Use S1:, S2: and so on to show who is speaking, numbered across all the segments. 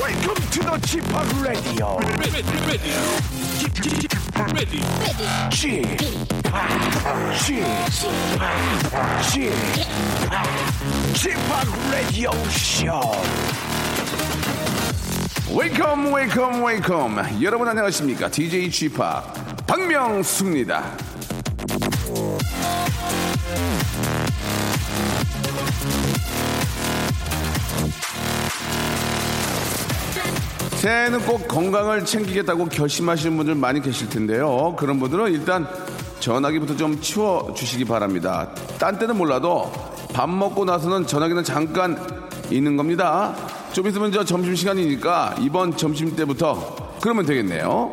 S1: Welcome to the Chip Radio. Chip Chip Radio Show.
S2: 웨이컴 웨이컴 웨이컴 여러분 안녕하십니까 DJ 지파 박명수입니다 새해에는 꼭 건강을 챙기겠다고 결심하시는 분들 많이 계실 텐데요 그런 분들은 일단 전화기부터 좀 치워주시기 바랍니다 딴 때는 몰라도 밥 먹고 나서는 전화기는 잠깐 있는 겁니다 좀 있으면 저 점심시간이니까 이번 점심 때부터 그러면 되겠네요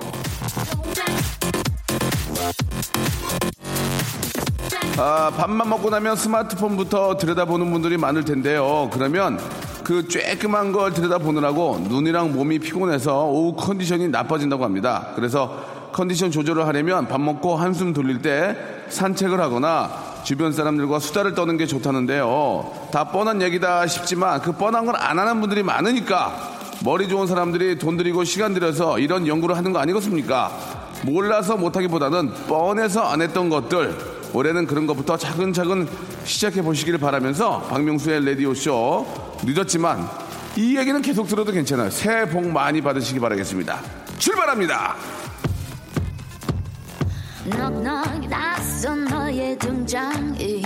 S2: 아, 밥만 먹고 나면 스마트폰부터 들여다보는 분들이 많을 텐데요. 그러면 그 쬐끄만 걸 들여다보느라고 눈이랑 몸이 피곤해서 오후 컨디션이 나빠진다고 합니다. 그래서 컨디션 조절을 하려면 밥 먹고 한숨 돌릴 때 산책을 하거나 주변 사람들과 수다를 떠는 게 좋다는데요. 다 뻔한 얘기다 싶지만 그 뻔한 걸 안 하는 분들이 많으니까 머리 좋은 사람들이 돈 들이고 시간 들여서 이런 연구를 하는 거 아니겠습니까? 몰라서 못하기보다는 뻔해서 안 했던 것들 올해는 그런 것부터 차근차근 시작해 보시길 바라면서 박명수의 레디오쇼 늦었지만 이 얘기는 계속 들어도 괜찮아요. 새해 복 많이 받으시기 바라겠습니다. 출발합니다.
S3: 넉넉 낯선 너의 등장이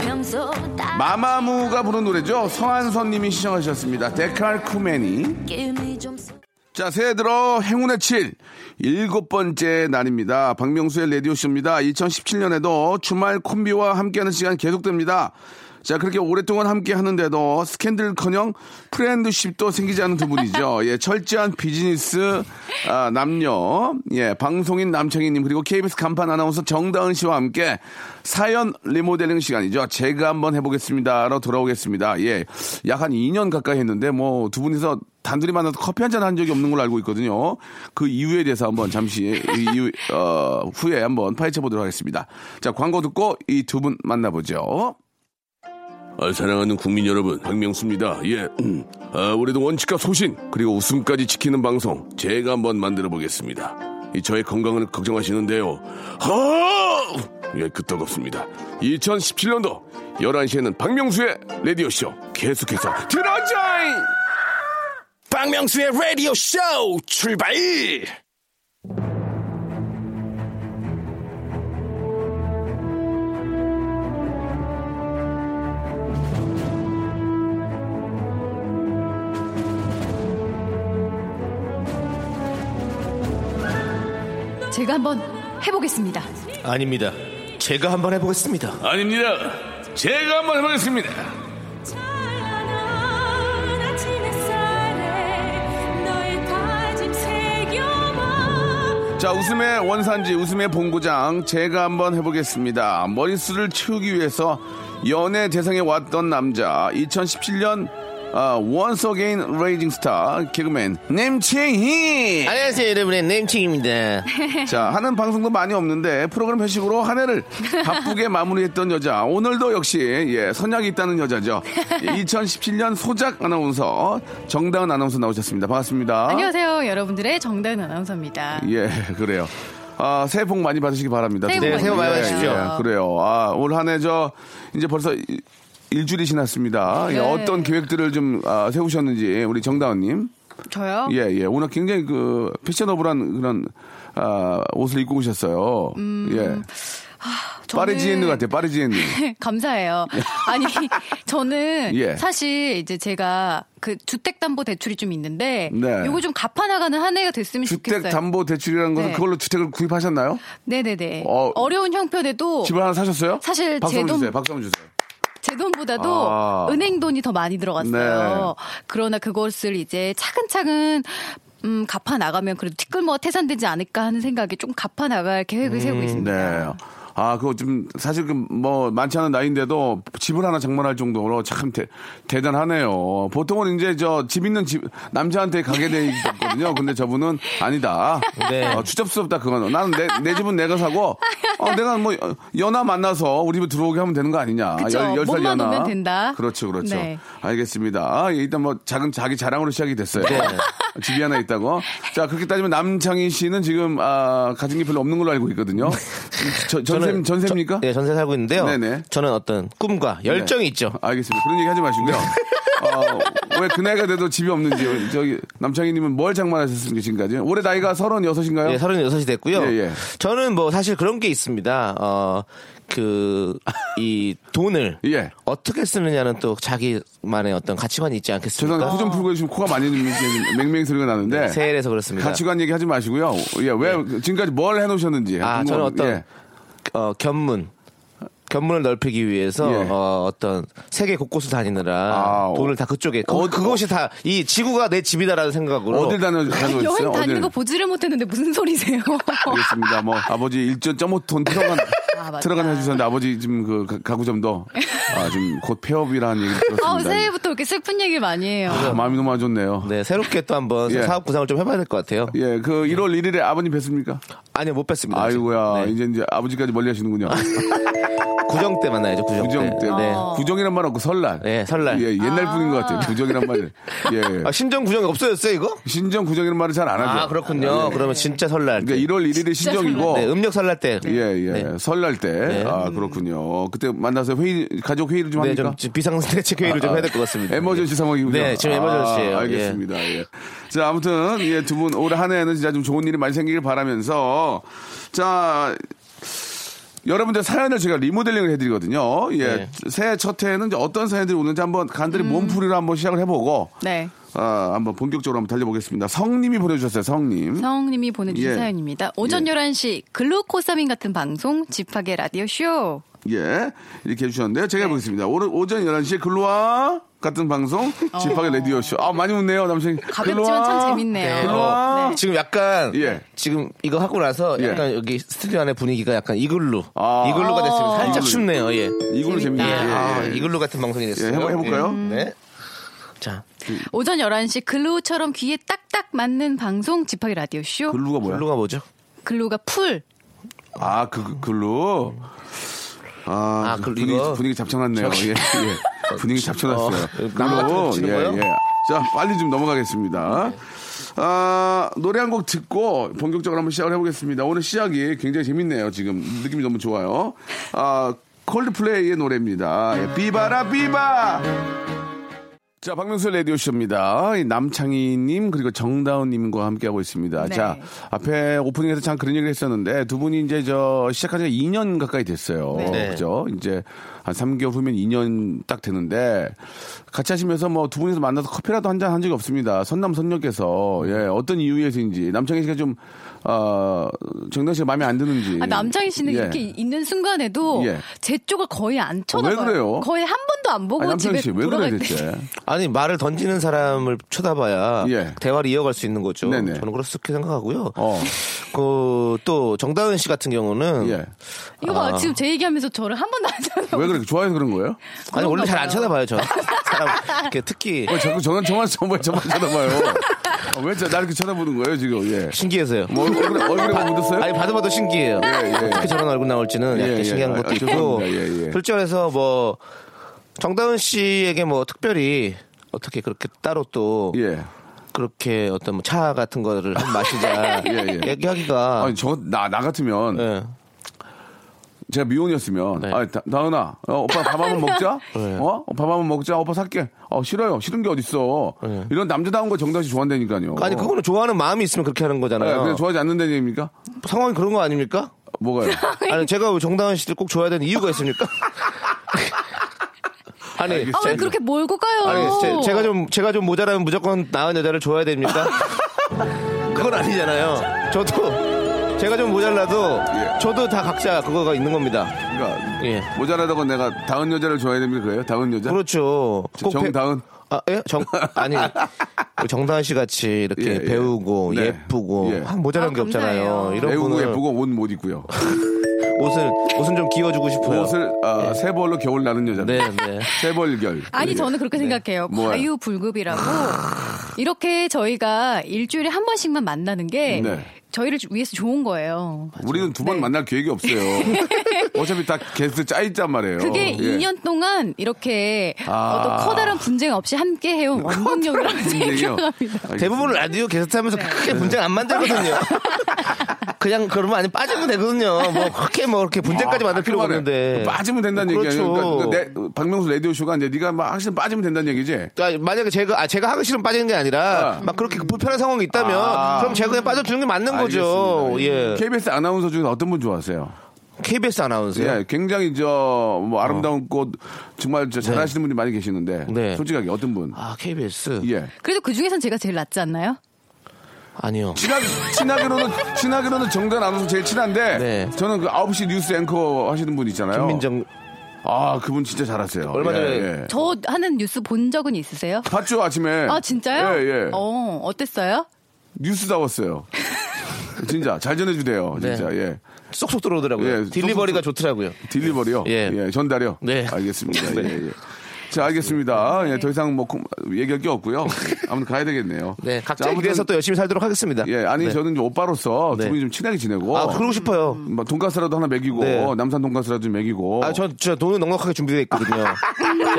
S3: 평소 딱
S2: 마마무가 부른 노래죠. 성한선님이 시청하셨습니다. 데칼쿠메니.
S3: 느낌이 좀 스-
S2: 자, 새해 들어 행운의 칠 일곱 번째 날입니다. 박명수의 라디오쇼입니다. 2017년에도 주말 콤비와 함께하는 시간 계속됩니다. 자, 그렇게 오랫동안 함께 하는데도 스캔들 커녕 프렌드십도 생기지 않은 두 분이죠. 예, 철저한 비즈니스, 아, 남녀, 예, 방송인 남창희님, 그리고 KBS 간판 아나운서 정다은 씨와 함께 사연 리모델링 시간이죠. 제가 한번 해보겠습니다.로 돌아오겠습니다. 예, 약 한 2년 가까이 했는데, 뭐, 두 분이서 단둘이 만나서 커피 한 잔 한 적이 없는 걸로 알고 있거든요. 그 이유에 대해서 한번 잠시 이 이유, 어, 후에 한번 파헤쳐 보도록 하겠습니다. 자, 광고 듣고 이 두 분 만나보죠.
S4: 아, 사랑하는 국민 여러분, 박명수입니다. 예, 음. 아, 올해도 원칙과 소신 그리고 웃음까지 지키는 방송 제가 한번 만들어 보겠습니다. 이 저의 건강을 걱정하시는데요. 허! 예, 끄떡없습니다. 2017년도 11시에는 박명수의 라디오 쇼 계속해서 들어줘잉!
S1: 박명수의 라디오 쇼 출발!
S5: 제가 한번 해보겠습니다.
S1: 아닙니다. 제가 한번 해보겠습니다.
S4: 아닙니다. 제가 한번 해보겠습니다.
S3: 찬란한 아침 햇살에 너의 다짐 새겨봐
S2: 자, 웃음의 원산지, 웃음의 본고장, 제가 한번 해보겠습니다. 머리수를 치우기 위해서 연애 대상에 왔던 남자, 2017년 아, Once Again Raging Star, 개그맨, 냄칭희!
S1: 안녕하세요, 여러분의 냄칭입니다.
S5: 네.
S2: 자, 하는 방송도 많이 없는데 프로그램 회식으로 한 해를 바쁘게 마무리했던 여자. 오늘도 역시 예, 선약이 있다는 여자죠. 2017년 소작 아나운서 정다은 아나운서 나오셨습니다. 반갑습니다.
S5: 안녕하세요. 여러분들의 정다은 아나운서입니다.
S2: 예, 그래요. 아, 새해 복 많이 받으시기 바랍니다.
S5: 새해 복 네, 많이 새해 복 많이
S2: 예,
S5: 받으십시오.
S2: 예, 그래요. 아, 올 한 해 저 이제 벌써 이- 일주일이 지났습니다. 예,
S5: 네.
S2: 어떤 계획들을 좀 아, 세우셨는지 우리 정다은님.
S5: 저요?
S2: 예, 예. 오늘 굉장히 그 패셔너블한 그런 아, 옷을 입고 오셨어요. 예.
S5: 음, 저는-
S2: 파리지엔느 같아요, 파리지엔느.
S5: 감사해요. 아니, 저는
S2: 예.
S5: 사실 이제 제가 그 주택담보대출이 좀 있는데
S2: 네.
S5: 요거 좀 갚아나가는 한 해가 됐으면 좋겠어요.
S2: 주택담보대출이라는 것은
S5: 네.
S2: 그걸로 주택을 구입하셨나요?
S5: 네네네.
S2: 어.
S5: 어, 려운 형편에도
S2: 집을 하나 사셨어요?
S5: 사실
S2: 박수
S5: 제
S2: 한번
S5: 돈-
S2: 주세요. 박수 한번 주세요.
S5: 제 제 돈보다도
S2: 아. 네.
S5: 은행 돈이 더 많이 들어갔어요. 그러나 그것을 이제 차근차근 음, 갚아 나가면 그래도 티끌모아 태산되지 않을까 하는 생각에 좀 갚아 나갈 계획을 세우고 있습니다.
S2: 네. 아, 그거 좀, 사실, 그 뭐, 많지 않은 나이인데도 집을 하나 장만할 정도로 참 대, 대단하네요. 보통은 이제 저 집 있는 집, 남자한테 가게 돼 있거든요. 근데 저분은 아니다.
S1: 네.
S2: 어, 추접스럽다, 그건. 나는 내, 내 집은 내가 사고, 어, 내가 뭐, 어, 연하 만나서 우리 집에 들어오게 하면 되는 거 아니냐.
S5: 그쵸. 몸만 오면 된다.
S2: 그렇죠, 그렇죠.
S5: 네.
S2: 알겠습니다. 아, 일단 뭐, 작은 자기 자랑으로 시작이 됐어요.
S1: 네.
S2: 집이 하나 있다고. 자, 그렇게 따지면 남창희 씨는 지금 아, 가진 게 별로 없는 걸로 알고 있거든요. 저- 전세
S1: 저는
S2: 전세입니까?
S1: 저- 네, 전세 살고 있는데요.
S2: 네네. 네.
S1: 저는 어떤 꿈과 열정이 있죠.
S2: 알겠습니다. 그런 얘기 하지
S1: 네.
S2: 마시고요. 어, 왜 그 나이가 돼도 집이 없는지 저기 남창희님은 뭘 장만하셨습니까 지금까지? 올해 나이가
S1: 네,
S2: 36인가요?
S1: 36이 됐고요.
S2: 어, 예, 예.
S1: 저는 뭐 사실 그런 게 있습니다. 어, 그, 이 돈을
S2: 예.
S1: 어떻게 쓰느냐는 또 자기만의 어떤 가치관이 있지 않겠습니까? 네,
S2: 죄송합니다. 코 좀 풀고 지금 코가 많이 좀 이렇게 맹맹 소리가 나는데
S1: 세일해서 그렇습니다. 네.
S2: 가치관 얘기 하지 마시고요. 예, 왜 지금까지 뭘 해놓으셨는지.
S1: 아, 저는
S2: 궁금합니다.
S1: 어떤
S2: 예.
S1: 어, 견문. 견문을 넓히기 위해서
S2: 예.
S1: 어, 어떤 세계 곳곳을 다니느라
S2: 아,
S1: 돈을 다 그쪽에 그,
S2: 어,
S1: 그것이 다 이 지구가 내 집이다라는 생각으로
S2: 어딜 다녀 다녀오셨어요?
S5: 여행 다니는
S2: 어딜?
S5: 거 보지를 못했는데 무슨 소리세요?
S2: 알겠습니다. 뭐 아버지 1.5톤 트럭은
S5: 아, 맞다.
S2: 트럭은 해주셨는데 아버지 지금 그 가- 가구점도 아, 지금 곧 폐업이라는 얘기
S5: 아,
S2: 들었습니다.
S5: 새해부터 이렇게 슬픈 얘기를 많이 해요.
S2: 아, 마음이 너무 안 좋네요.
S1: 네, 새롭게 또 한번
S2: 예.
S1: 사업 구상을 좀 해봐야 될 것 같아요.
S2: 예, 그 1월 1일에 아버님 뵀습니까?
S1: 아니요, 못 뵀습니다. 아직.
S2: 아이고야,
S1: 네.
S2: 이제 이제 아버지까지 멀리 하시는군요.
S1: 구정 때 만나야죠, 구정,
S2: 구정 때.
S1: 네.
S2: 구정이란 말 없고 설날.
S1: 네, 설날.
S2: 예, 옛날 분인 것 같아요. 구정이란 말. 예.
S1: 아, 신정 구정이 없어졌어요, 이거?
S2: 신정 구정이란 말을 잘 안 하죠.
S1: 아, 그렇군요. 그러면 진짜 설날. 때.
S2: 예. 그러니까 1월 1일이 신정이고.
S1: 네, 음력 설날 때.
S2: 예, 예.
S1: 네.
S2: 설날 때. 아, 그렇군요. 그때 만나서 회의, 가족 회의를 좀
S1: 네,
S2: 합니까? 아,
S1: 좀 비상대책 회의를 좀 해야 될 것 같습니다.
S2: 그러니까. 음. 에머전시
S1: 예.
S2: 상황이군요.
S1: 네, 지금 에머전시예요.
S2: 아,
S1: 예.
S2: 알겠습니다. 예. 자, 아무튼 예, 두 분 올해 한 해는 진짜 좀 좋은 일이 많이 생기길 바라면서 자 여러분들 사연을 제가 리모델링을 해드리거든요. 예,
S1: 네.
S2: 새해 첫 해에는 이제 어떤 사연들이 오는지 한번 간단히 몸풀이로 한번 시작을 해보고
S5: 음. 네.
S2: 아, 한번 본격적으로 한번 달려보겠습니다. 성님이 보내주셨어요. 성님.
S5: 성님이 보내주신
S2: 예.
S5: 사연입니다. 오전
S2: 예.
S5: 11시 글루코사민 같은 방송 집하게 라디오 쇼.
S2: 예, 이렇게 해주셨는데요.
S5: 네.
S2: 제가 해보겠습니다. 오늘 오전 11시에 글로와 같은 방송, 집하게 라디오쇼. 아, 많이 웃네요, 남친.
S5: 어. 가볍지만 참 재밌네요.
S1: 네.
S2: 글로와.
S5: 네.
S1: 지금 약간
S2: 예.
S1: 지금 이거 하고 나서
S2: 예.
S1: 약간 여기 스튜디오 안에 분위기가 약간 이글루
S2: 아.
S1: 이글루가 됐습니다. 살짝
S2: 이글루.
S1: 춥네요. 예.
S2: 이걸로 재밌네요.
S5: 재밌다.
S2: 예, 예,
S1: 아,
S2: 예.
S1: 이글루 같은 방송이 됐어요.
S2: 예, 해보- 해볼까요?
S1: 예. 네. 자,
S5: 오전 11시 글루처럼 귀에 딱딱 맞는 방송 집하게 라디오 쇼.
S2: 글루가 뭐야?
S1: 어? 이글루가 뭐죠?
S5: 글루가 풀.
S2: 아, 그, 그 글루. 아,
S1: 음. 아, 글루
S2: 분위기,
S1: 이거.
S2: 분위기 잡쳐놨네요. 예, 예. 분위기 잡쳐놨어요.
S1: 어, 글루 같은 거
S2: 글루.
S1: 치는
S2: 예,
S1: 거예요?
S2: 예. 자, 빨리 좀 넘어가겠습니다. 아, 노래 한 곡 듣고 본격적으로 한번 시작을 해보겠습니다. 오늘 시작이 굉장히 재밌네요. 지금 느낌이 너무 좋아요. 아, 콜드플레이의 노래입니다. 예, 비바라 비바. 자, 박명수 라디오 쇼입니다. 이 남창희님 그리고 정다운님과 함께 하고 있습니다.
S5: 네.
S2: 자, 앞에 오프닝에서 참 그런 얘기를 했었는데 두 분이 이제 저 시작한 지가 2년 가까이 됐어요.
S1: 네.
S2: 그죠? 이제 한 3개월 후면 2년 딱 되는데 같이 하시면서 뭐 두 분이서 만나서 커피라도 한 잔 한 적이 없습니다. 선남 선녀께서 예, 어떤 이유에서인지 남창희 씨가 좀 어, 정당 씨가 마음에 안 드는지.
S5: 아, 남창희 씨는
S2: 예.
S5: 이렇게 있는 순간에도
S2: 예. 어,
S5: 제 쪽을 거의 안 쳐다봐요.
S2: 그래요?
S5: 거의 한 번도 안 보고
S2: 아니,
S5: 집에
S2: 남창희 씨 왜 그래
S5: 돌아갈 때.
S2: 대체?
S1: 아니 말을 던지는 사람을 쳐다봐야
S2: 예.
S1: 대화를 이어갈 수 있는 거죠.
S2: 네네.
S1: 저는 그렇게 생각하고요.
S2: 어.
S1: 그또 정다은 씨 같은 경우는
S2: 예.
S5: 이거 봐, 지금 제 얘기하면서 저를 한 번도 안 쳐다봐요.
S2: 왜 그렇게 좋아해서 그런 거예요?
S1: 아니 원래 잘 안
S5: 그런가
S1: 쳐다봐요 저 사람 이렇게 특히
S2: 왜뭐 자꾸 어, 저만 저만 저만 저만 쳐다봐요. 아, 왜 저- 나를 이렇게 쳐다보는 거예요 지금? 예.
S1: 신기해서요.
S2: 뭐 얼굴에 얼굴에 뭐 묻었어요?
S1: 아니 봐도 봐도 신기해요.
S2: 예.
S1: 어떻게 저런 얼굴 나올지는
S2: 예,
S1: 약간
S2: 예.
S1: 신기한
S2: 아,
S1: 것도
S2: 아,
S1: 있고
S2: 죄송합니다. 예, 예.
S1: 실제로서 뭐 정다은 씨에게 뭐 특별히 어떻게 그렇게 따로 또
S2: 예.
S1: 그렇게 어떤 뭐차 같은 거를 한 마시자
S2: 예, 예.
S1: 얘기하기가
S2: 아니 저 나 나 같으면
S1: 예.
S2: 제가 미혼이었으면
S1: 네.
S2: 아 다, 다은아 어, 오빠 밥 한번 먹자 어밥 한번 먹자 오빠 살게 어 싫어요 싫은 게 어딨어
S1: 네.
S2: 이런 남자다운 거 정다시 좋아한다니까요
S1: 아니 그거는 좋아하는 마음이 있으면 그렇게 하는
S2: 예,
S1: 거잖아요.
S2: 어. 그냥 좋아하지 않는다는 얘기입니까
S1: 상황이 그런 거 아닙니까?
S2: 뭐가요
S1: 아니 제가 정다은 씨를 꼭 좋아야 되는 이유가 있습니까? 아니
S5: 아, 왜
S1: 제-
S5: 그렇게 몰고 가요?
S1: 아니 제, 가좀 제가 좀 모자라면 무조건 나은 여자를 줘야 됩니까? 그건 아니잖아요. 저도 제가 좀 모자라도
S2: 예.
S1: 저도 다 각자 그거가 있는 겁니다.
S2: 그러니까
S1: 예.
S2: 모자라다고 내가 다은 여자를 좋아해야 됩니까? 그래요? 다은 여자?
S1: 그렇죠.
S2: 저-
S1: 꼭 배-
S2: 정다은?
S1: 아, 예? 정, 아니. 우리 정다은 씨 같이 이렇게
S2: 예, 예.
S1: 배우고
S2: 네.
S1: 예쁘고
S2: 예.
S1: 한 모자란
S5: 아,
S1: 게 없잖아요.
S5: 감사해요.
S1: 이런
S2: 배우고
S1: 분은
S2: 예쁘고 옷 못 입고요.
S1: 옷을 옷은 좀 끼워주고 싶어요.
S2: 옷을 아, 세 벌로 겨울 나는 여자.
S1: 네, 네.
S2: 세벌결. 예.
S5: 아니 저는 그렇게 생각해요.
S2: 뭐야?
S5: 과유불급이라고 이렇게 저희가 일주일에 한 번씩만 만나는 게
S2: 네.
S5: 저희를 위해서 좋은 거예요.
S2: 우리는 두 번
S5: 네.
S2: 만날 계획이 없어요. 어차피 다 게스트 짜있단 말이에요.
S5: 그게
S2: 예.
S5: 2년 동안 이렇게
S2: 아.
S5: 어떤 커다란 분쟁 없이 함께 해온 원동력이라고
S2: 분쟁이요?
S5: 생각합니다.
S2: 알겠습니다.
S1: 대부분 라디오 게스트하면서
S2: 네.
S1: 크게 분쟁 안 만들거든요. 그냥 그러면 아니 빠지면 되거든요. 뭐 그렇게 뭐 그렇게 분쟁까지 만들 필요 가
S2: 아, 깔끔하네. 뭐
S1: 없는데
S2: 빠지면 된다는
S1: 그렇죠.
S2: 얘기 아니에요. 그러니까 내- 박명수 라디오 쇼가 이제 네가 막 확실히 빠지면 된다는 얘기지.
S1: 그러니까 만약에 제가 아 제가 하기 싫으면 빠지는 게 아니라
S2: 아.
S1: 막 그렇게 불편한 상황이 있다면
S2: 아.
S1: 그럼 제가 그냥 빠져주는 게 맞는 거죠.
S2: 알겠습니다.
S1: 예.
S2: KBS 아나운서 중에 어떤 분 좋아하세요?
S1: KBS 아나운서요.
S2: 예, 굉장히 저뭐
S1: 어.
S2: 아름다운 꽃 정말 저 잘하시는 분이 많이 계시는데
S1: 네.
S2: 솔직하게 어떤 분?
S1: 아 KBS.
S2: 예.
S5: 그래도 그 중에선 제가 제일 낫지 않나요?
S1: 아니요.
S2: 친하, 친하기로는 친하기로는 정단 아나운서 제일 친한데
S1: 네.
S2: 저는 그 9시 뉴스 앵커 하시는 분 있잖아요.
S1: 김민정
S2: 아 그분 진짜 잘하세요. 예,
S1: 얼마 전에
S2: 네.
S5: 저 하는 뉴스 본 적은 있으세요?
S2: 봤죠 아침에.
S5: 아 진짜요?
S2: 예 예.
S5: 어 어땠어요?
S2: 뉴스 다웠어요. 진짜 잘 전해주대요.
S1: 네.
S2: 진짜 예.
S1: 쏙쏙 들어오더라고요.
S2: 예,
S1: 딜리버리가
S2: 쏙쏙-
S1: 좋더라고요.
S2: 딜리버리요.
S1: 예.
S2: 예. 전달요.
S1: 네.
S2: 알겠습니다.
S1: 네.
S2: 예, 예. 자 알겠습니다. 예, 더 이상 뭐 콩- 얘기할 게 없고요. 아무튼 가야 되겠네요.
S1: 네,
S2: 자,
S1: 각자
S2: 아무튼-
S1: 일에서 또 열심히 살도록 하겠습니다.
S2: 예, 아니
S1: 네.
S2: 저는 이제 오빠로서 두
S1: 네.
S2: 분이 좀 친하게 지내고.
S1: 아 그러고 싶어요.
S2: 막 돈가스라도 하나 먹이고
S1: 네.
S2: 남산 돈가스라도 좀 먹이고.
S1: 아, 전, 저 돈은 넉넉하게 준비되어 있거든요.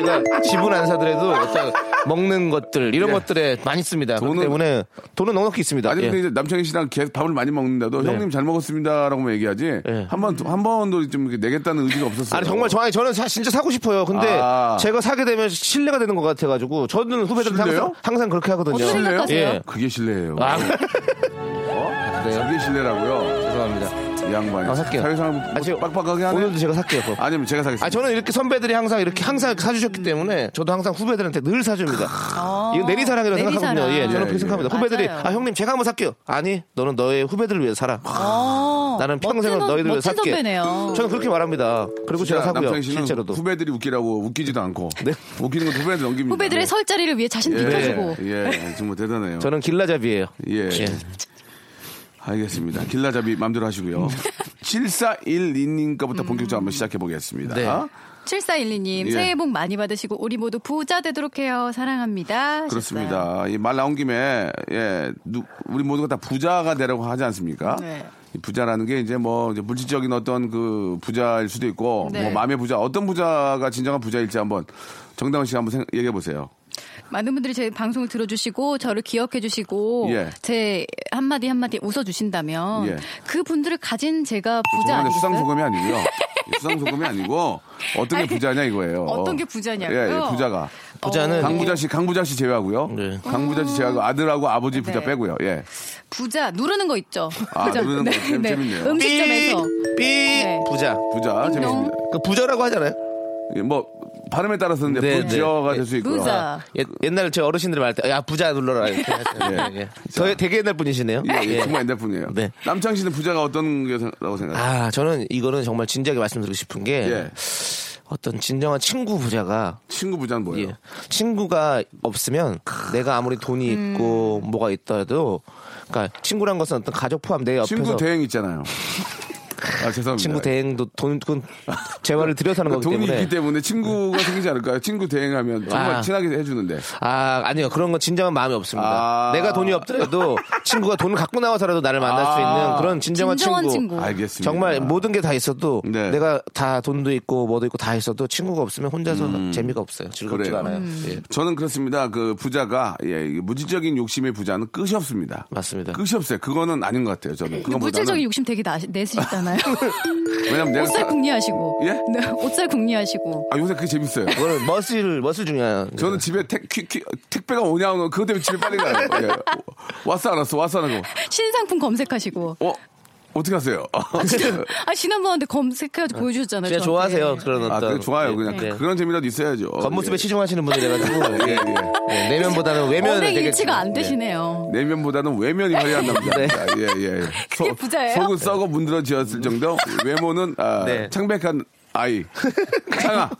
S1: 제가 집은 안 사더라도 어떤 먹는 것들, 이런 것들에 많이 씁니다. 그렇기
S2: 네. 돈은-
S1: 때문에 돈은 넉넉히 있습니다.
S2: 아니 근데
S1: 예.
S2: 이제 남창희 씨랑 계속 밥을 많이 먹는다도
S1: 네.
S2: 형님 잘 먹었습니다라고만 얘기하지
S1: 네.
S2: 한 번 한 번도 좀 이렇게 내겠다는 의지가 없었어요.
S1: 아니, 정말 저, 아니, 저는 사, 진짜 사고 싶어요. 근데
S2: 아.
S1: 제가 사게 되면 신뢰가 되는 것 같아가지고 저는 후배들한테
S2: 신뢰요?
S1: 항상, 항상 그렇게 하거든요.
S5: 어떻게 생각하세요?
S1: 예.
S2: 그게 실례예요. 어?
S1: 아,
S2: 그게 실례라고요.
S1: 죄송합니다.
S2: 이 양반이.
S1: 아, 살게요.
S2: 사회상
S1: 아, 지금
S2: 뭐 빡빡하게 하네.
S1: 오늘도 제가 살게요. 그럼.
S2: 아니면 제가 사겠습니다.
S1: 아, 저는 이렇게 선배들이 항상 이렇게 항상 사주셨기 때문에 저도 항상 후배들한테 늘 사줍니다. 이거 내리사랑이라고
S5: 아. 내리사랑. 네,
S1: 생각하거든요. 예, 저는
S2: 예,
S1: 그렇게
S2: 예.
S1: 생각합니다. 후배들이,
S5: 맞아요.
S1: 아, 형님, 제가 한번 살게요. 아니, 너는 너의 후배들을 위해 살아.
S5: 어,
S1: 나는 평생을
S5: 멋진,
S1: 너희들 위해
S5: 멋진
S1: 살게.
S5: 선배네요.
S1: 저는 그렇게 말합니다. 그리고 제가 사고요.
S2: 남창희 씨는
S1: 실제로도.
S2: 후배들이 웃기라고 웃기지도 않고
S1: 네.
S2: 웃기는 건 후배한테 넘깁니다.
S5: 후배들의 설 자리를 위해 자신
S2: 예,
S5: 비켜주고
S2: 예, 예, 정말 대단해요.
S1: 저는 길라잡이에요.
S2: 예. 알겠습니다. 길라잡이 맘대로
S1: 음.
S2: 하시고요. 7412님께부터 본격적으로 한번 시작해 보겠습니다.
S1: 네.
S5: 7412님
S2: 예.
S5: 새해 복 많이 받으시고 우리 모두 부자 되도록 해요. 사랑합니다. 하셨어요.
S2: 그렇습니다. 이 말 나온 김에 예, 누- 우리 모두가 다 부자가 되라고 하지 않습니까?
S5: 네.
S2: 이 부자라는 게 이제 뭐 이제 물질적인 어떤 그 부자일 수도 있고
S5: 네.
S2: 뭐 마음의 부자 어떤 부자가 진정한 부자일지 한번 정다은 씨가 한번 생- 얘기해 보세요.
S5: 많은 분들이 제 방송을 들어주시고 저를 기억해 주시고
S2: 예.
S5: 제 한마디 한마디 웃어 주신다면
S2: 예. 그
S5: 그 분들을 가진 제가 부자
S2: 죄송한데
S5: 아니겠어요?
S2: 수상 소금이 아니고요. 수상 소금이 아니고 어떤 게 부자냐 이거예요.
S5: 어떤 게 부자냐고요?
S2: 예, 예, 부자가
S5: 어,
S1: 부자는
S2: 강부자 씨, 강부자 씨 제외하고요.
S1: 네.
S2: 강부자 씨 제외하고 아들하고 아버지 부자
S5: 네.
S2: 빼고요. 예.
S5: 부자 누르는 거 있죠.
S2: 아,
S5: 부자.
S2: 누르는 거 재밌- 재밌네요.
S5: 음식점에서 네.
S1: 삐 부자.
S2: 부자
S5: 음,
S2: 재밌습니다.
S1: 그 부자라고 하잖아요.
S2: 예, 뭐 발음에 따라서는
S1: 네,
S2: 이제 부지어가
S1: 네.
S2: 될 수 있고요.
S5: 부자.
S1: 옛, 옛날 제 어르신들 말할 때, 야, 부자 눌러라. 이렇게 하세요. 예. 예. 저 되게 옛날 분이시네요.
S2: 예, 예,
S1: 예.
S2: 정말 옛날 분이에요.
S1: 네.
S2: 남창 씨는 부자가 어떤 게라고 생각해요?
S1: 아, 저는 이거는 정말 진지하게 말씀드리고 싶은 게
S2: 예.
S1: 어떤 진정한 친구 부자가
S2: 친구 부자는 뭐예요?
S1: 예. 친구가 없으면 내가 아무리 돈이
S5: 음.
S1: 있고 뭐가 있더라도 그러니까 친구란 것은 어떤 가족 포함 내 옆에서
S2: 친구 대행 있잖아요. 아 죄송합니다.
S1: 친구 대행도 돈, 그건 제 말을 들여서 하는 거기
S2: 그 돈이
S1: 때문에.
S2: 있기 때문에 친구가 생기지 않을까요? 친구 대행하면 정말
S1: 아.
S2: 친하게 해주는데.
S1: 아, 아니요. 그런 건 진정한 마음이 없습니다.
S2: 아.
S1: 내가 돈이 없더라도 친구가 돈을 갖고 나와서라도 나를 만날 수 있는 그런 진정한,
S5: 진정한 친구.
S2: 아. 알겠습니다.
S1: 정말 모든 게 다 있어도
S2: 네.
S1: 내가 다 돈도 있고 뭐도 있고 다 있어도 친구가 없으면 혼자서 재미가 없어요. 즐겁지가
S2: 음. 그래요.
S1: 않아요.
S5: 음.
S1: 예.
S2: 저는 그렇습니다. 그 부자가 예, 이게 무질적인 욕심의 부자는 끝이 없습니다.
S1: 맞습니다.
S2: 끝이 없어요. 그거는 아닌 것 같아요. 저는
S5: 그
S2: 그거보다는
S5: 물질적인 욕심 되게 나, 내시잖아요.
S1: 네.
S2: 왜냐면 내가
S5: 옷살
S2: 사-
S5: 궁리하시고.
S2: 예?
S5: 네, 옷살 궁리하시고.
S2: 아, 요새 그게 재밌어요.
S1: 그거는 멋을 멋을 중요한.
S2: 저는 집에 택, 퀴, 퀴, 택배가 오냐 안 오냐 그것 때문에 집에 빨리 가요. 예. 왔어 안 왔어 왔어 안 하고
S5: 신상품 검색하시고.
S2: 어 어떻게 하세요?
S5: 아 지난번에 검색해가지고 보여주셨잖아요.
S1: 진짜
S5: 저한테.
S1: 좋아하세요 그런
S2: 아,
S1: 어떤
S2: 그 좋아요. 그냥
S1: 네.
S2: 그- 그런 재미라도 있어야죠.
S1: 겉모습에
S2: 예.
S1: 치중하시는 분이라가지고 예, 예. 내면보다는 외면을
S5: 언행
S1: 되게
S5: 일치가 안
S1: 네.
S5: 되시네요.
S2: 내면보다는 외면이 화려한 남자.
S1: 네.
S2: 예, 예.
S5: 그게 부자예요? 음.
S2: 속은 썩어 문드러지었을 정도 외모는 아,
S1: 네.
S2: 창백한 아이. 창아.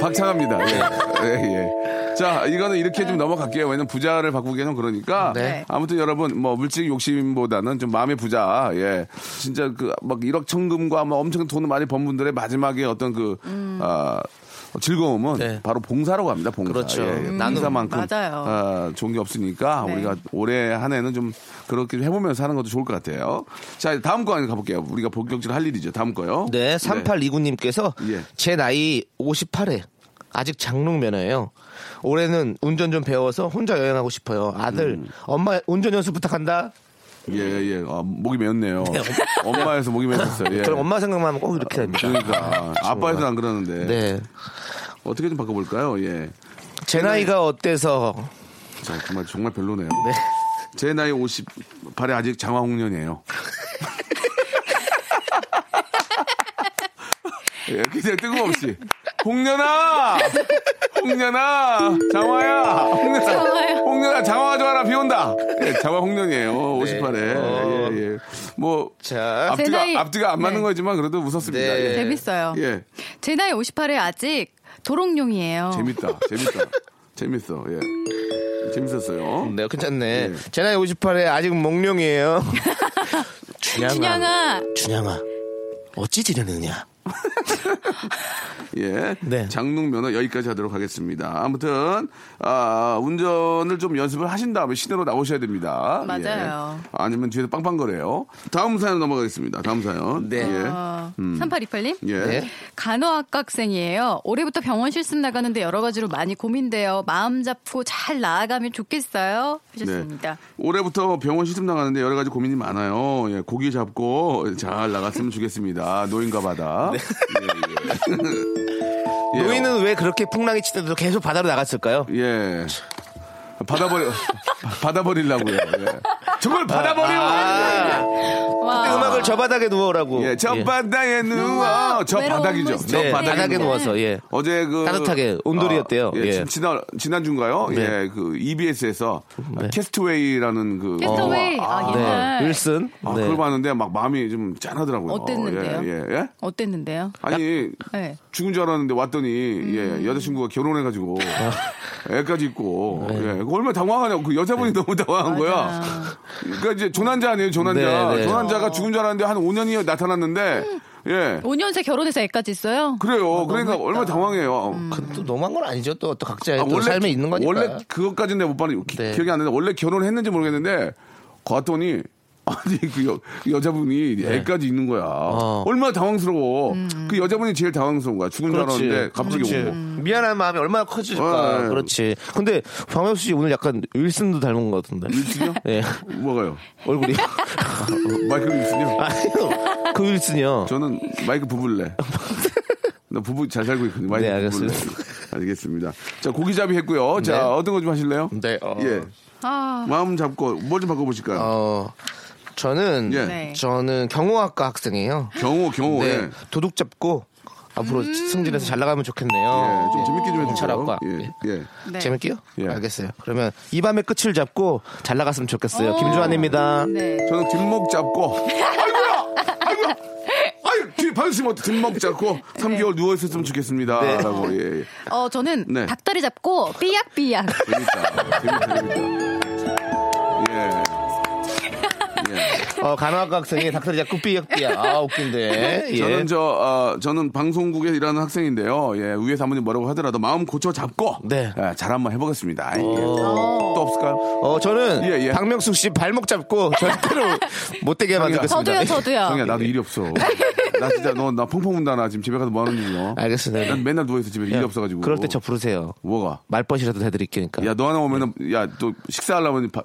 S2: 박창아입니다. 예. 예, 예. 자, 이거는 이렇게 좀 넘어갈게요. 왜냐면 부자를 바꾸기에는 그러니까.
S1: 네.
S2: 아무튼 여러분, 뭐, 물질 욕심보다는 좀 마음의 부자. 예. 진짜 그 막 1억 천금과 막 엄청 돈을 많이 번 분들의 마지막에 어떤 그,
S5: 음.
S2: 아, 즐거움은
S1: 네.
S2: 바로 봉사라고 합니다. 봉사.
S1: 그렇죠.
S2: 예, 예.
S1: 음,
S2: 봉사만큼
S5: 맞아요.
S2: 아, 좋은 게 없으니까
S5: 네.
S2: 우리가 올해 한 해는 좀 그렇게 해보면서 하는 것도 좋을 것 같아요. 자, 다음 거 한번 가볼게요. 우리가 본격적으로 할 일이죠. 다음 거요.
S1: 네, 3829님께서
S2: 예.
S1: 제 나이 58에 아직 장롱 면허예요. 올해는 운전 좀 배워서 혼자 여행하고 싶어요. 아들,
S2: 음.
S1: 엄마 운전 연수 부탁한다.
S2: 예, 예. 아, 목이 메었네요. 엄마에서 목이 메었어요. 예.
S1: 저는 엄마 생각만 하면 꼭 이렇게 됩니다.
S2: 그러니까 아빠에서 안 그러는데
S1: 네.
S2: 어떻게 좀 바꿔볼까요? 예,
S1: 제 나이가 어때서
S2: 자, 정말 정말 별로네요. 제 나이 58에 아직 장화홍련이에요. 예, 그냥 뜬금없이 홍련아, 홍련아, 장화야, 홍련아, 홍련아, 장화 좋아라 비 온다. 예, 장화 홍련이에요. 58에
S1: 네. 어.
S2: 예, 예. 뭐
S1: 자.
S5: 제
S2: 앞뒤가
S5: 나이-
S2: 앞뒤가 안 맞는
S5: 네.
S2: 거지만 그래도 웃었습니다.
S1: 네.
S2: 예.
S5: 재밌어요.
S2: 예,
S5: 제 나이 58에 아직 도롱뇽이에요.
S2: 재밌다, 재밌다, 재밌어. 예, 재밌었어요.
S1: 네, 괜찮네.
S2: 예.
S1: 제 나이 58에 아직 몽룡이에요. 준양아.
S5: 준양아
S1: 준양아, 어찌 지내느냐.
S2: 예.
S1: 네.
S2: 장롱 면허 여기까지 하도록 하겠습니다. 아무튼 아, 운전을 좀 연습을 하신 다음에 시내로 나오셔야 됩니다.
S5: 맞아요.
S2: 예. 아니면 뒤에서 빵빵거려요. 다음 사연 넘어가겠습니다. 다음 사연.
S1: 네.
S2: 예.
S5: 어, 3828님
S2: 예.
S1: 네.
S5: 간호학과학생이에요. 올해부터 병원 실습 나가는데 여러 가지로 많이 고민돼요. 마음 잡고 잘 나아가면 좋겠어요. 하셨습니다.
S2: 올해부터 병원 시습 나가는데 여러 가지 고민이 많아요. 예, 고기 잡고 잘 나갔으면 좋겠습니다. 노인과 바다. 예, 예.
S1: 네. 노인은 왜 그렇게 풍랑이 치더라도 계속 바다로 나갔을까요?
S2: 예. 받아버려, 받아버리려고요. 예. 정말 받아버려!
S1: 네.
S5: 와.
S1: 예. 음악을 저 바닥에 누워라고.
S2: 예, 저
S1: 예.
S2: 바다에 누워. 저
S5: 외로운
S2: 바닥이죠.
S5: 물살.
S2: 저
S1: 네,
S2: 바닥에,
S1: 바닥에
S2: 누워.
S1: 누워서 예.
S2: 어제 그
S1: 따뜻하게 온돌이었대요.
S2: 아, 예,
S1: 예.
S2: 지- 지난 지난주인가요?
S1: 네.
S2: 예, 그 EBS에서
S1: 네.
S2: 캐스트웨이라는 그
S5: 캐스터웨이
S2: 영화.
S5: 아,
S1: 네.
S5: 옛날
S1: 윌슨.
S2: 아,
S1: 네.
S2: 그걸 봤는데 막 마음이 좀 짠하더라고요.
S5: 어땠는데요?
S2: 예, 예, 예?
S5: 어땠는데요?
S2: 아니
S5: 네.
S2: 죽은 줄 알았는데 왔더니
S5: 음.
S2: 예, 여자친구가 결혼해가지고 애까지 있고
S1: 네.
S2: 예, 그거 얼마나 당황하냐고 그 여자분이 너무 당황한 거야. 그러니까 이제 조난자 아니에요 조난자.
S1: 네, 네.
S5: 어.
S2: 조난자가 죽은 줄 알았는데 한 5년이 나타났는데 예.
S5: 5년 새 결혼해서 애까지 있어요?
S2: 그래요. 그러니까 얼마나 당황해요.
S1: 그, 또 너무한 건 아니죠. 또, 또 각자의
S2: 아,
S1: 네, 또 삶에 있는 거니까.
S2: 원래 그것까지는 내가 못 봤는데 기-
S1: 네.
S2: 기억이 안 나는데 원래 결혼했는지 모르겠는데 갔더니 아니 그 여, 여자분이
S1: 네.
S2: 애까지 있는 거야.
S1: 어.
S2: 얼마나 당황스러워. 그 여자분이 제일 당황스러운 거야. 죽은 줄 알았는데 갑자기 뭐.
S1: 그렇지.
S2: 오고.
S1: 미안한 마음이 얼마나 커질까.
S2: 예, 예.
S1: 그렇지. 근데 방영수 씨 오늘 약간 윌슨도 닮은 것 같은데.
S2: 윌슨이요?
S1: 예.
S2: 뭐가요?
S1: 얼굴이.
S2: 마이클 윌슨이요?
S1: 아니요. 그 윌슨이요.
S2: 저는 마이크 부블레. 나 부부 잘 살고 있거든요. 마이크
S1: 네,
S2: 부블레.
S1: 알겠습니다.
S2: 알겠습니다. 자 고기잡이 했고요. 자
S1: 네.
S2: 어떤 거 좀 하실래요?
S1: 네, 어.
S2: 예.
S5: 아,
S2: 마음 잡고 뭘 좀 바꿔보실까요?
S1: 어, 저는,
S2: 예.
S5: 네.
S1: 저는 경호학과 학생이에요.
S2: 경호 경호.
S1: 네.
S2: 예.
S1: 도둑 잡고 앞으로
S5: 음.
S1: 승진해서 잘 나가면 좋겠네요.
S2: 예, 좀 재밌게 좀 해주세요.
S1: 경찰학과.
S2: 예, 예.
S5: 네.
S1: 재밌게요?
S2: 예.
S1: 알겠어요. 그러면 이 밤의 끝을 잡고 잘 나갔으면 좋겠어요.
S5: 오.
S1: 김주환입니다.
S5: 네.
S2: 저는 뒷목 잡고 아이고야 아이고야 아이 뒤에 받으시면 어떡해. 뒷목 잡고 3개월 누워 있었으면 좋겠습니다.
S1: 네.
S2: 라고 예. 예.
S5: 어, 저는
S2: 네.
S5: 닭다리 잡고 삐약삐약.
S2: 재밌다. 재밌다. 재밌다. 예. 예.
S1: 어, 간호학과 학생이 닭다리 잡고 삐약삐약. 아, 웃긴데. 예.
S2: 저는 저 어, 저는 방송국에 일하는 학생인데요. 예, 위에 사모님 뭐라고 하더라도 마음 고쳐 잡고
S1: 네.
S2: 예, 잘 한번 해보겠습니다. 예. 또 없을까요?
S1: 어, 저는
S2: 예, 예.
S1: 박명숙 씨 발목 잡고 절대로 못되게 만들겠습니다.
S5: 저도야, 저도야.
S2: 형이야 나도 일이 없어. 나 진짜 너 나 펑펑 운다 나 지금 집에 가서 뭐 하는 일이야?
S1: 예. 알겠습니다.
S2: 난 맨날 누워 있어 집에 일이 없어가지고.
S1: 예. 그럴 때 저 부르세요.
S2: 뭐가?
S1: 말벗이라도 해드릴게니까.
S2: 야, 너 하나 오면은,
S1: 예.
S2: 야, 또 식사하려면 밥-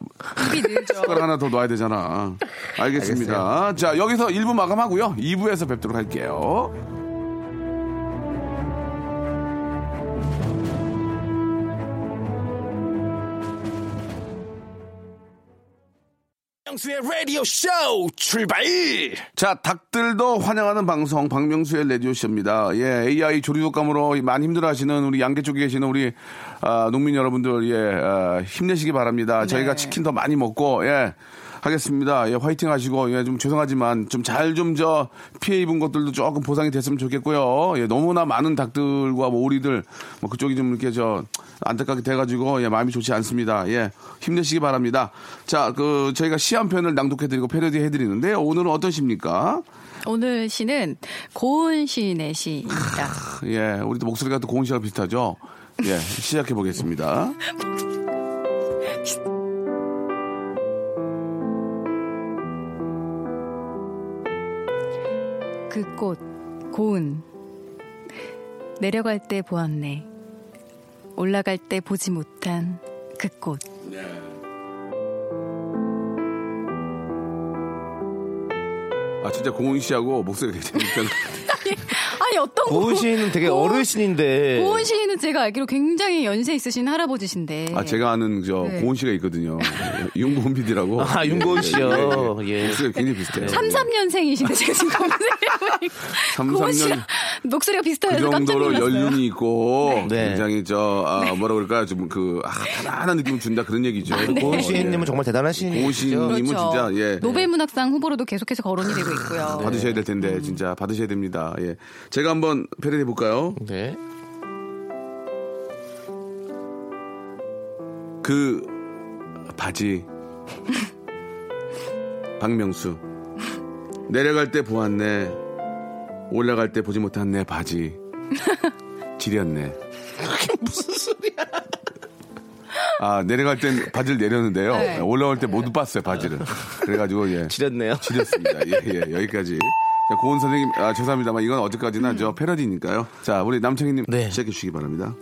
S5: 입이 늘죠.
S2: 숟가락 하나 더 넣어야 되잖아. 알겠습니다. 자, 여기서 1부 마감하고요. 2부에서 뵙도록 할게요.
S1: 박명수의 라디오 쇼 출발!
S2: 자, 닭들도 환영하는 방송 박명수의 라디오쇼입니다. 예, AI 조리독감으로 많이 힘들어하시는 우리 양계 쪽에 계시는 우리 아, 농민 여러분들 예 아, 힘내시기 바랍니다.
S5: 네.
S2: 저희가 치킨 더 많이 먹고 예. 하겠습니다. 예, 화이팅 하시고, 예, 좀 죄송하지만, 좀 잘 좀 저 피해 입은 것들도 조금 보상이 됐으면 좋겠고요. 예, 너무나 많은 닭들과 뭐 오리들, 뭐 그쪽이 좀 이렇게 저 안타깝게 돼가지고, 예, 마음이 좋지 않습니다. 예, 힘내시기 바랍니다. 자, 그, 저희가 시 한 편을 낭독해드리고 패러디 해드리는데, 오늘은 어떤 시입니까?
S5: 오늘 시는 고은 시인의 시입니다.
S2: 예, 우리 또 목소리가 또 고은 씨와 비슷하죠? 예, 시작해보겠습니다.
S5: 그 꽃, 고운. 내려갈 때 보았네. 올라갈 때 보지 못한 그 꽃.
S2: 아, 진짜 고은 씨하고 목소리가 굉장히 비슷한.
S5: 아니, 어떤
S1: 고은
S5: 고-
S1: 씨는 되게
S5: 고은-
S1: 어르신인데.
S5: 고은 시인은 제가 알기로 굉장히 연세 있으신 할아버지신데.
S2: 아, 제가 아는 저
S5: 네.
S2: 고은 씨가 있거든요. 예, 윤고은 PD라고.
S1: 아, 윤고은 씨요. 예.
S2: 목소리가 굉장히 비슷해요.
S5: 33년생이신데 네. 제가 지금 검색해보니까 고은 씨
S2: 33년
S5: 목소리가
S2: 그
S5: 비슷해서 깜짝
S2: 정도로
S5: 놀랐어요.
S2: 연륜이 있고
S1: 네.
S2: 굉장히 저 아, 뭐라 그럴까 좀 그 아, 편안한 느낌을 준다 그런 얘기죠.
S1: 아, 네.
S2: 어, 예.
S1: 고은 씨님은 정말 대단하신
S2: 네. 고은 씨님은 진짜 예.
S5: 그렇죠. 노벨 문학상 후보로도 계속해서 거론이 되고 있고요.
S2: 받으셔야 될 텐데 진짜 받으셔야 됩니다. 예. 제가 한번 패러디 해 볼까요?
S1: 네.
S2: 그 바지 박명수 내려갈 때 보았네 올라갈 때 보지 못한 내 바지 지렸네 그게 무슨 소리야 아 내려갈 땐 바지를 내렸는데요
S5: 네.
S2: 올라올 때 모두 봤어요 바지를 그래가지고 예
S1: 지렸네요.
S2: 지렸습니다 예예 여기까지 자, 고은 선생님 아 죄송합니다만 이건 어제까지나 저 패러디니까요 자 우리 남창희님
S1: 네.
S2: 시작해 주시기 바랍니다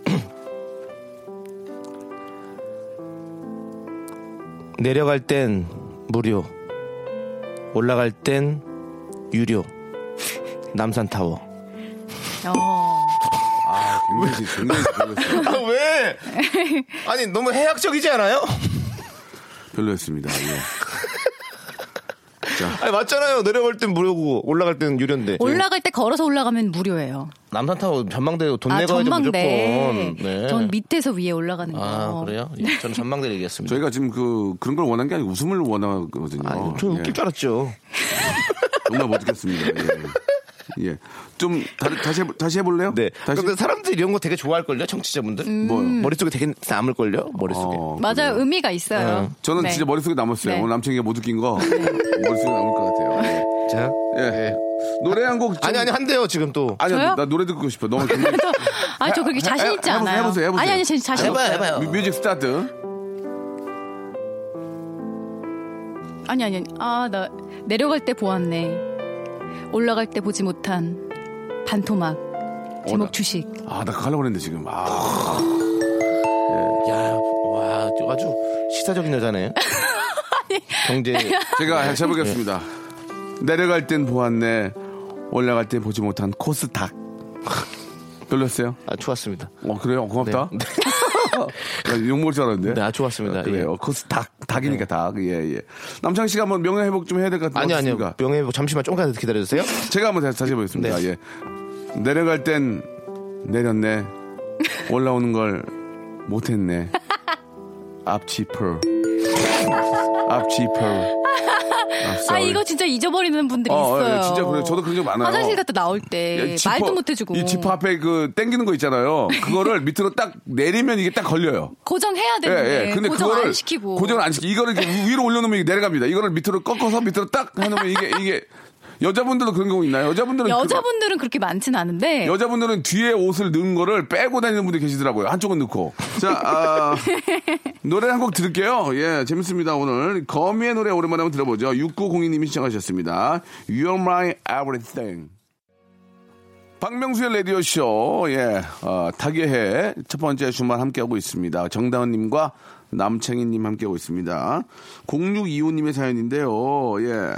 S1: 내려갈 땐 무료. 올라갈 땐 유료. 남산타워.
S5: 어.
S2: 아 굉장히 굉장히 별로였어요.
S1: 아, 왜? 아니, 너무 해학적이지 않아요?
S2: 별로였습니다 예.
S1: 아니, 맞잖아요. 내려갈 땐 무료고, 올라갈 땐 유료인데.
S2: 네.
S5: 올라갈 때 걸어서 올라가면 무료예요.
S1: 남산타워 전망대 돈
S5: 아
S1: 내고 해야죠, 무조건.
S5: 전망대.
S1: 네.
S5: 전 어. 밑에서 위에 올라가는 거.
S1: 아, 그래요? 예, 저는 전망대를 얘기했습니다.
S2: 저희가 지금 그 그런 걸 원한 게 아니고 웃음을 원하거든요.
S1: 아, 저는
S2: 예.
S1: 웃길 줄 알았죠.
S2: 정말 못 듣겠습니다. 예. 예. 좀 다, 시 다시 해볼래요?
S1: 네.
S2: 다시.
S1: 근데 사람들이 이런 거 되게 좋아할걸요, 청취자분들?
S5: 음.
S2: 뭐요?
S1: 머릿속에 되게 남을걸요, 머릿속에.
S2: 어,
S5: 맞아요. 의미가 있어요.
S2: 저는
S5: 네.
S2: 진짜 머릿속에 남았어요.
S5: 네.
S2: 오늘 남친이가 못 웃긴 거 머릿속에 남을 것 같아요.
S1: 자.
S2: 예.
S1: 예.
S2: 노래 한 곡. 좀-
S1: 아니, 아니, 한대요, 지금 또.
S2: 아니,
S5: 저요?
S2: 나 노래 듣고 싶어. 너무 정말-
S5: 아니, 저 그렇게 자신 있지
S2: 해- 해보세요,
S5: 않아요.
S2: 해보세요, 해보세요.
S5: 아니, 아니, 제 자신
S1: 해봐요,
S5: 없어요.
S1: 해봐요.
S2: 뮤- 뮤직 스타트.
S5: 아니, 아니, 아니. 아, 나 내려갈 때 보았네. 올라갈 때 보지 못한 반토막. 제목
S2: 어, 나-
S5: 주식.
S2: 아, 나 그거 하려고 했는데 지금. 아,
S1: 야, 와, 아주 시사적인 여자네. 경제.
S2: 제가
S5: 네.
S2: 해보겠습니다.
S1: 네.
S2: 내려갈 땐 보았네. 올라갈 땐 보지 못한 코스닥. 별로였어요?
S1: 아, 좋았습니다.
S2: 어 그래요 고맙다. 네. 나 욕먹을 줄 알았는데.
S1: 네, 아, 좋았습니다.
S2: 아, 그래요.
S1: 예.
S2: 그것은 닭 닭이니까 닭. 예 예. 남창 씨가 한번 명예 회복 좀 해야 될 것 같은데.
S1: 아니, 아니요.
S2: 어떻습니까?
S1: 명예, 뭐 잠시만 조금만 기다려주세요.
S2: 제가 한번 다시, 다시 해보겠습니다.
S1: 네.
S2: 예. 내려갈 땐 내렸네. 올라오는 걸 못했네. 앞지퍼. 앞지퍼.
S5: 아, 이거 진짜 잊어버리는 분들이
S2: 어, 어,
S5: 있어요.
S2: 예, 진짜 그래요. 저도 그런 적 많아요.
S5: 화장실 갔다 나올 때
S2: 예, 지퍼-
S5: 네, 말도 못 해주고.
S2: 이 지퍼 앞에 그 땡기는 거 있잖아요. 그거를 밑으로 딱 내리면 이게 딱 걸려요.
S5: 고정해야 되는데.
S2: 예, 예. 근데
S5: 네, 고정
S2: 그거를
S5: 안 시키고.
S2: 고정을 안 시키. 이거를 이렇게 위로 올려놓으면 이게 내려갑니다. 이거를 밑으로 꺾어서 밑으로 딱 해놓으면 이게 이게 여자분들도 그런 경우 있나요? 여자분들은
S5: 여자분들은 그렇게 많진 않은데.
S2: 그- 여자분들은 뒤에 옷을 넣은 거를 빼고 다니는 분들 계시더라고요. 한쪽은 넣고. 자, 아, 노래 한 곡 들을게요. 예, 재밌습니다. 오늘 거미의 노래 오랜만에 한번 들어보죠. 6902님이 시청하셨습니다. You're my everything. 박명수의 라디오쇼, 예, 어, 타계해 첫 번째 주말 함께하고 있습니다. 정다은님과 남창희님 함께하고 있습니다. 0625님의 사연인데요, 예.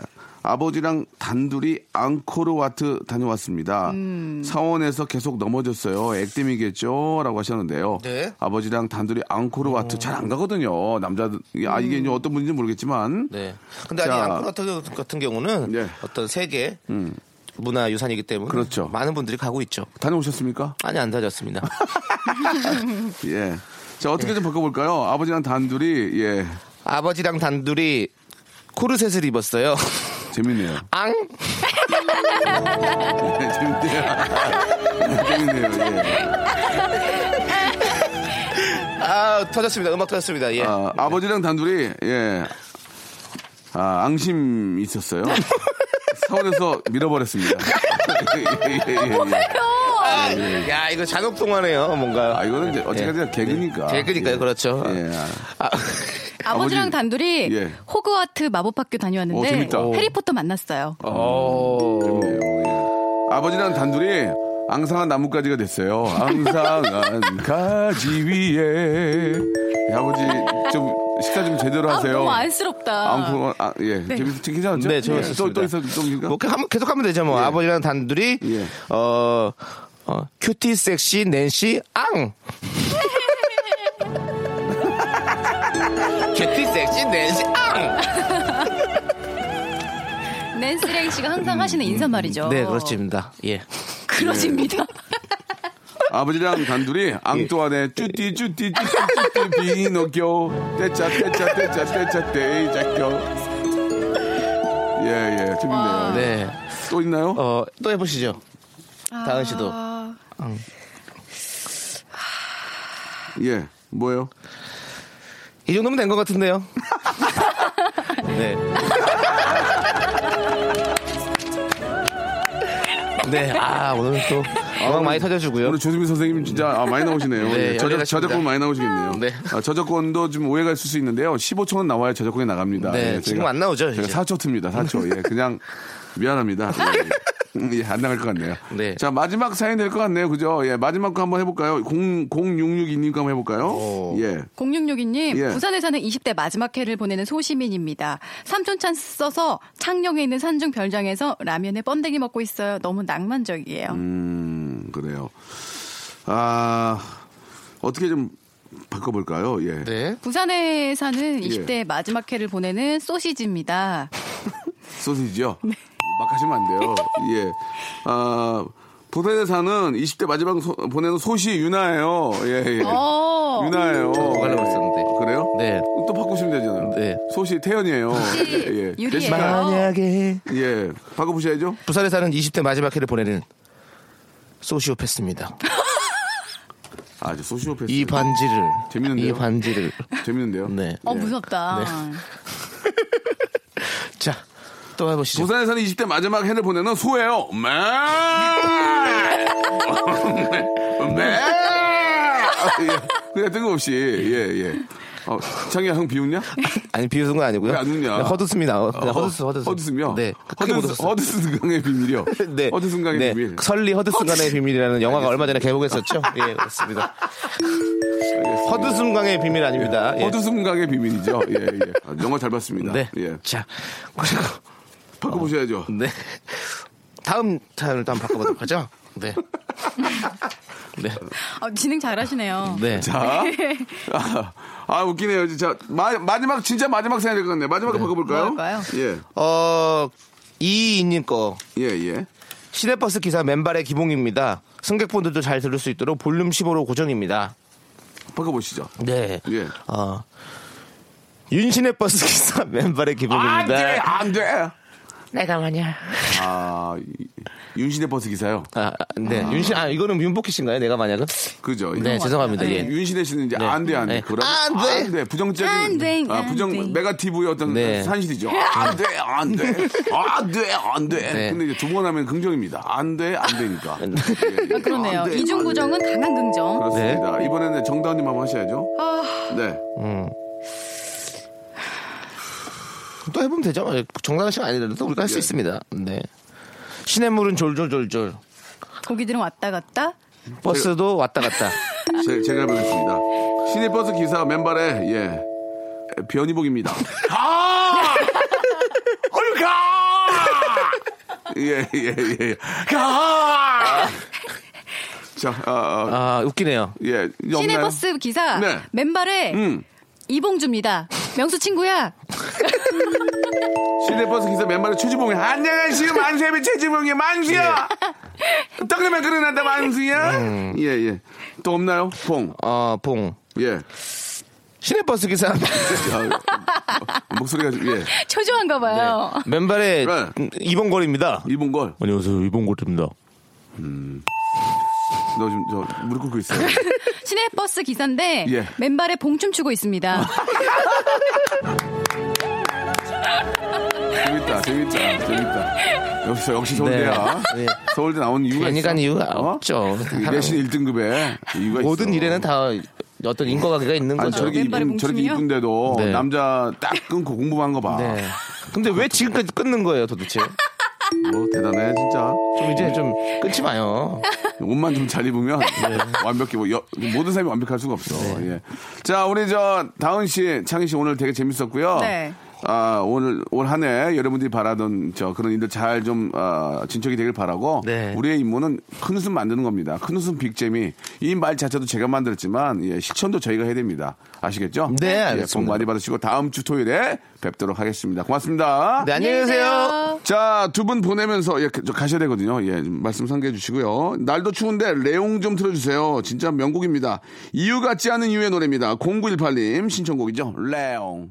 S2: 아버지랑 단둘이 앙코르와트 다녀왔습니다.
S1: 음.
S2: 사원에서 계속 넘어졌어요. 액땜이겠죠? 라고 하셨는데요.
S1: 네. 어.
S2: 아버지랑 단둘이 앙코르와트 잘 안 가거든요. 남자들, 이게- 아, 이게 이제 어떤 분인지 모르겠지만.
S1: 음. 네. 근데
S2: 자.
S1: 아니 앙코르 같은, 경우- 같은 경우는
S2: 네. 음.
S1: 어떤 세계 문화 유산이기 때문에
S2: 그렇죠.
S1: 많은 분들이 가고 있죠.
S2: 다녀오셨습니까?
S1: 아니 안 다녔습니다.
S2: 예. 자, 어떻게 좀 바꿔볼까요? 아버지랑 단둘이, 예.
S1: 아버지랑 단둘이 코르셋을 입었어요.
S2: 재밌네요.
S1: 앙
S2: 예, 재밌네요. 재밌네요. 예.
S1: 아, 터졌습니다. 음악 터졌습니다. 예.
S2: 아, 아버지랑 단둘이 예. 아, 앙심 있었어요. 사원에서 밀어버렸습니다. 예, 예, 예, 예.
S1: 아, 야, 이거 잔혹동화네요, 뭔가.
S2: 네. 아, 이거는 이제 어쨌든 개그니까.
S1: 개그니까요,
S2: 예.
S1: 그렇죠.
S2: 예.
S1: 아,
S5: 아버지랑
S2: 아버지-
S5: 단둘이
S2: 예.
S5: 호그와트 마법학교
S2: 어,
S5: 다녀왔는데
S2: 재밌다.
S5: 해리포터 만났어요. 아,
S2: 재밌네요. 예. 아버지랑 단둘이 앙상한 나뭇가지가 됐어요. 앙상한 가지 위에. 예, 아버지 좀 식사 좀 제대로
S5: 아,
S2: 하세요.
S5: 너무 안쓰럽다.
S2: 앙 아, 예. 재밌, 괜찮았죠?
S1: 네,
S2: 예. 또,
S1: 재밌었습니다.
S2: 또 있어, 좀 있나?
S1: 뭐 계속 하면- 계속 하면 되죠, 뭐.
S2: 예.
S1: 아버지랑 단둘이,
S2: 예.
S1: 어, 어, 큐티 섹시 낸시 앙! 큐티 섹시 낸시 앙!
S5: 낸시 레이 씨가
S2: 음,
S5: 항상 하시는 인사말이죠.
S1: 네, 그렇습니다. 예.
S2: 예.
S5: 그렇습니다.
S2: 아버지랑
S1: 예.
S2: 단둘이 앙뚜안의 쭈띠 쭈띠 쭈띠 쭈띠 비노교 떼짜 떼짜 떼짜 떼짜 떼이자교 예예 재밌네요
S1: 네.
S2: 또 있나요?
S1: 어, 또 해보시죠. 다은 씨도.
S2: 예 뭐예요?
S1: 이 정도면 된 것 같은데요. 네. 네, 아, 오늘 또 음악 많이 터져주고요.
S2: 오늘 조수민 선생님 진짜 아, 많이 나오시네요
S1: 네,
S2: 예, 저작,
S1: 열일하십니다.
S2: 저작권 많이 나오시겠네요
S1: 네.
S2: 아, 저작권도 좀 오해가 있을 수 있는데요 15초는 나와야 저작권이 나갑니다
S1: 네,
S2: 예,
S1: 지금
S2: 저희가-
S1: 안 나오죠,
S2: 제가
S1: 이제.
S2: 4초 틉니다 4초 예 그냥 미안합니다 예, 예, 안 나갈 것 같네요.
S1: 네.
S2: 자, 마지막 사연 될 것 같네요. 그죠? 예, 마지막 거 한번 해볼까요? 0, 0662님 거 한번 해볼까요? 예.
S5: 0662님,
S2: 예.
S5: 부산에 사는 20대 마지막 해를 보내는 소시민입니다. 삼촌 찬스 써서 창녕에 있는 산중 별장에서 라면에 번데기 먹고 있어요. 너무 낭만적이에요.
S2: 음, 그래요. 아, 어떻게 좀 바꿔볼까요? 예.
S1: 네.
S5: 부산에 사는 20대 마지막 해를 보내는 소시지입니다.
S2: 네. 소시지요? 막 하시면 안 돼요. 예. 아, 부산에 사는 20대 마지막 소- 보내는 소시 유나예요. 예, 예.
S5: 어,
S2: 유나예요.
S1: 하려고 했었는데.
S2: 그래요?
S1: 네.
S2: 또 바꾸시면 되잖아요.
S1: 네.
S2: 소시 태연이에요. 예.
S5: 유리예요.
S2: 되실까요?
S1: 만약에
S2: 예. 바꿔보셔야죠.
S1: 부산에 사는 20대 마지막 해를 보내는 소시오패스입니다.
S2: 아, 저 소시오패스.
S1: 이 반지를
S2: 재밌는데요?
S1: 이 반지를
S2: 재밌는데요?
S1: 네.
S5: 어 무섭다.
S1: 자, 또 해보시죠.
S2: 부산에 사는 20대 마지막 해를 보내는 소예요. 매. 매. 예, 그냥 뜬금없이 예 예. 어, 창이야 형 비웃냐?
S1: 아니 비웃은 건 아니고요.
S2: 왜안 네, 웃냐?
S1: 그냥 헛웃습니다. 어, 그냥 헛웃음, 헛웃음.
S2: 허드슨요.
S1: 네. 크게 못
S2: 허드슨
S1: 웃었어요.
S2: 허드슨 강의 비밀이요.
S1: 네.
S2: 허드슨 강의
S1: 네.
S2: 비밀.
S1: 설리 허드슨강의 비밀이라는 영화가 얼마 전에 개봉했었죠. 예, 그렇습니다. 허드슨강의 비밀 아닙니다. 예.
S2: 허드슨 강의 비밀이죠. 예 예. 아, 영화 잘 봤습니다.
S1: 네.
S2: 예.
S1: 자, 그리고
S2: 바꿔 보셔야죠.
S1: 네. 다음 사연을 또 한번 바꿔보도록 하죠. 네. 네.
S5: 어, 진행 잘하시네요.
S1: 네.
S2: 자, 아, 아, 웃기네요. 진짜 마, 마지막 진짜 마지막 생각이 될것 같네. 마지막에 바꿔볼까요?
S5: 뭐 할까요?
S2: 예,
S1: 어, 이이님 거.
S2: 예, 예.
S1: 시내버스 기사 맨발의 기봉입니다. 승객분들도 잘 들을 수 있도록 볼륨 15로 고정입니다.
S2: 바꿔보시죠.
S1: 네.
S2: 예.
S1: 어, 윤신의 버스 기사 맨발의
S2: 안
S1: 기봉입니다.
S2: 돼, 안 돼.
S1: 내가 만약
S2: 아, 이- 윤신의 버스 기사요.
S1: 아, 아, 네. 윤신, 아, 이거는 윤복희 씨인가요? 내가 만약은?
S2: 그죠?
S1: 네, 죄송합니다. 예.
S2: 윤신의 씨는 이제 안 돼, 안 돼.
S1: 네.
S2: 그러면
S1: 안 돼.
S2: 안 돼. 부정적인.
S5: 아, 안 돼,
S2: 아,
S5: 안
S2: 부정,
S5: 돼. 아.
S2: 메가티브의 어떤
S1: 네.
S2: 산실이죠. 안 돼, 안 돼. 아, 안 돼, 안 돼.
S1: 네.
S2: 근데 이제 두 번 하면 긍정입니다. 안 돼, 안 되니까. 예, 예.
S5: 아, 그러네요.
S2: 안 돼, 안 돼.
S5: 이중구정은 강한 긍정.
S2: 그렇습니다.
S1: 네.
S2: 이번에는 정다운님 한번 하셔야죠.
S5: 아.
S2: 네.
S1: 음. 또 해보면 되죠. 정당 시간 아니더라도 우리가 할 수
S2: 예.
S1: 있습니다. 네. 시냇물은 졸졸졸졸.
S5: 고기들은 왔다 갔다.
S1: 버스도 왔다 갔다.
S2: 제, 제가 해보겠습니다. 시내 버스 기사 맨발에 예 변희복입니다. 아! 얼가! 예, 예, 예.
S1: 아,
S2: 자, 아, 아,
S1: 웃기네요.
S2: 예. 이제 없나요?
S5: 시내버스 기사
S2: 네.
S5: 맨발에
S2: 음.
S5: 이봉주입니다. 명수 친구야.
S2: 시내버스 기사 맨발에 최지봉이 안녕하세요 만세비 최지봉이 만수야 떡라면 끓여놨다 만수야 예예 또 없나요 봉
S1: 어, 봉.
S2: 예
S1: 시내버스 기사
S2: 아, 목소리가 좀- 예
S5: 초조한가 봐요.
S1: 맨발에
S2: 네.
S1: 이봉걸입니다.
S2: 이봉걸
S1: 안녕하세요, 이봉걸입니다.
S2: 너 지금 저 무릎 꿇고 있어요
S1: 네.
S5: 시내버스 기사인데
S2: 예.
S5: 맨발에 봉춤 추고 있습니다.
S1: 아,
S2: 재밌다 재밌다 재밌다 여기서 역시 서울대야
S1: 네.
S2: 서울대 나온 이유가
S1: 괜히
S2: 있어
S1: 간 이유가 없죠.
S2: 이 내신 1등급에 이유가 있어
S1: 모든 일에는 다 어떤 인과관계가 있는
S2: 아니
S1: 거죠.
S2: 저렇게
S5: 맨발에
S2: 이쁜 저렇게
S5: 봉춤이요?
S2: 이쁜데도
S1: 네.
S2: 남자 딱 끊고 공부만 거봐
S1: 네. 근데 왜 지금까지 끊는 거예요, 도대체?
S2: 뭐 대단해 진짜
S1: 좀 이제 좀 끊지 마요.
S2: 옷만 좀 잘 입으면
S1: 네.
S2: 완벽해. 뭐 여- 모든 사람이 완벽할 수가 없어. 예. 자, 우리 저 다은 씨, 창희 씨 오늘 되게 재밌었고요.
S5: 네.
S2: 아, 오늘 올 한 해 여러분들이 바라던 저 그런 일들 잘 좀 아, 진척이 되길 바라고
S1: 네.
S2: 우리의 임무는 큰 웃음 만드는 겁니다. 큰 웃음 빅재미 이 말 자체도 제가 만들었지만 예, 실천도 저희가 해야 됩니다. 아시겠죠?
S1: 네,
S2: 예, 복
S1: 알겠습니다.
S2: 많이 받으시고 다음 주 토요일에 뵙도록 하겠습니다. 고맙습니다.
S1: 네, 안녕히 계세요.
S2: 자, 두 분 보내면서 예, 저 가셔야 되거든요. 예, 좀 말씀 상기해 주시고요. 날도 추운데 레옹 좀 틀어주세요. 진짜 명곡입니다. 이유 같지 않은 이유의 노래입니다. 0918님 신청곡이죠. 레옹.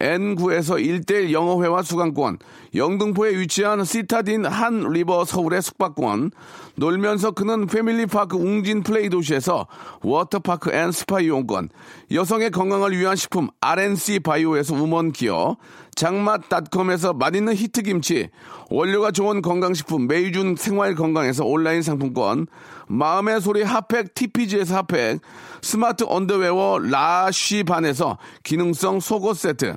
S2: N9에서 1대1 영어회화 수강권, 영등포에 위치한 시타딘 한 리버 서울의 숙박권, 놀면서 그는 패밀리파크 웅진 플레이 도시에서 워터파크 앤 스파 이용권, 여성의 건강을 위한 식품 RNC 바이오에서 우먼 기어, 장맛닷컴에서 맛있는 히트김치, 원료가 좋은 건강식품 메이준 생활건강에서 온라인 상품권, 마음의 소리 핫팩 TPG에서 핫팩, 스마트 언더웨어 라쉬반에서 기능성 속옷 세트,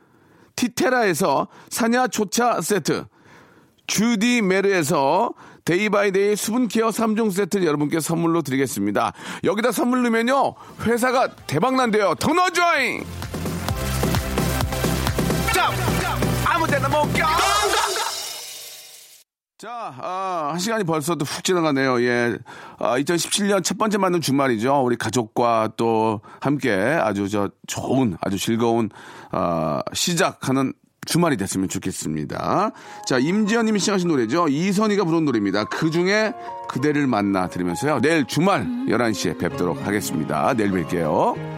S2: 티테라에서 사냐초차 세트, 주디 메르에서 데이바이데이 수분케어 3종 세트를 여러분께 선물로 드리겠습니다. 여기다 선물 넣으면요, 회사가 대박난대요. 더 넣어줘잉! 자, 아무 데나 못 가! 자, 아, 한 시간이 벌써 또 훅 지나가네요. 예. 아, 2017년 첫 번째 맞는 주말이죠. 우리 가족과 또 함께 아주 저 좋은, 아주 즐거운, 아, 시작하는 주말이 됐으면 좋겠습니다. 자, 임지연 님이 시작하신 노래죠. 이선희가 부른 노래입니다. 그 중에 그대를 만나 들으면서요. 내일 주말 11시에 뵙도록 하겠습니다. 내일 뵐게요.